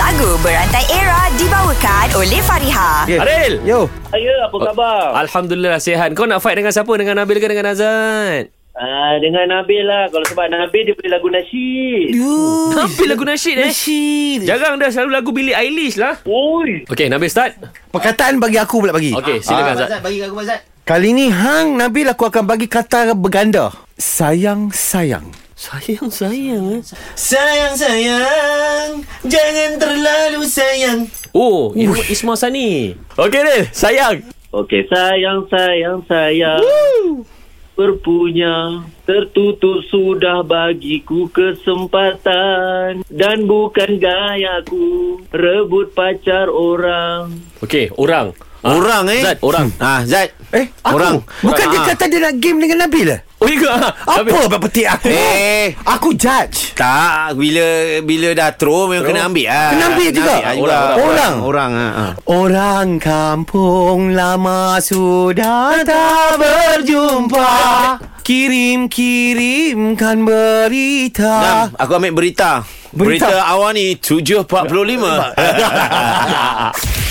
Lagu Berantai Era dibawakan oleh Fariha. Okay. Adil! Yo. Saya apa khabar? Eh, Alhamdulillah lah sihat. Kau nak fight dengan siapa? Dengan Nabil ke dengan Azad? Ah, dengan Nabil lah. Kalau sebab Nabil dia boleh lagu nasyid. Nabil lagu nasyid eh. Jarang dah selalu lagu Billie Eilish lah. Oi. Okay, Nabil start. Perkataan bagi aku pula bagi. Ah, Okay, silakan Azad. Bagi aku Mazat. Kali ni hang Nabil aku akan bagi kata berganda. Sayang sayang. Sayang, sayang. Sayang sayang, jangan terlalu sayang. Oh, itu Ismail Sani. Okay, Adil. Sayang. Okey, sayang, sayang, sayang. Berpunya tertutup sudah bagiku kesempatan dan bukan gayaku rebut pacar orang. Okay, orang. Ah, Orang eh. Zat, orang. Ah, Zat. Eh, aku. Orang. Bukan Orang, dia ah. kata dia nak game dengan Nabil eh? Oh, juga. ah. Nabil. Apa apa petik aku? Eh. Aku judge. Tak, bila bila dah throw memang kena ambil ah. Kena ambil juga? ah, Orang, orang. Orang ah. ah. Orang kampung lama sudah tak berjumpa. Kirim-kirimkan berita. Nam, aku ambil berita. Berita. Berita, awal ni 7.45.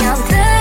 yang ter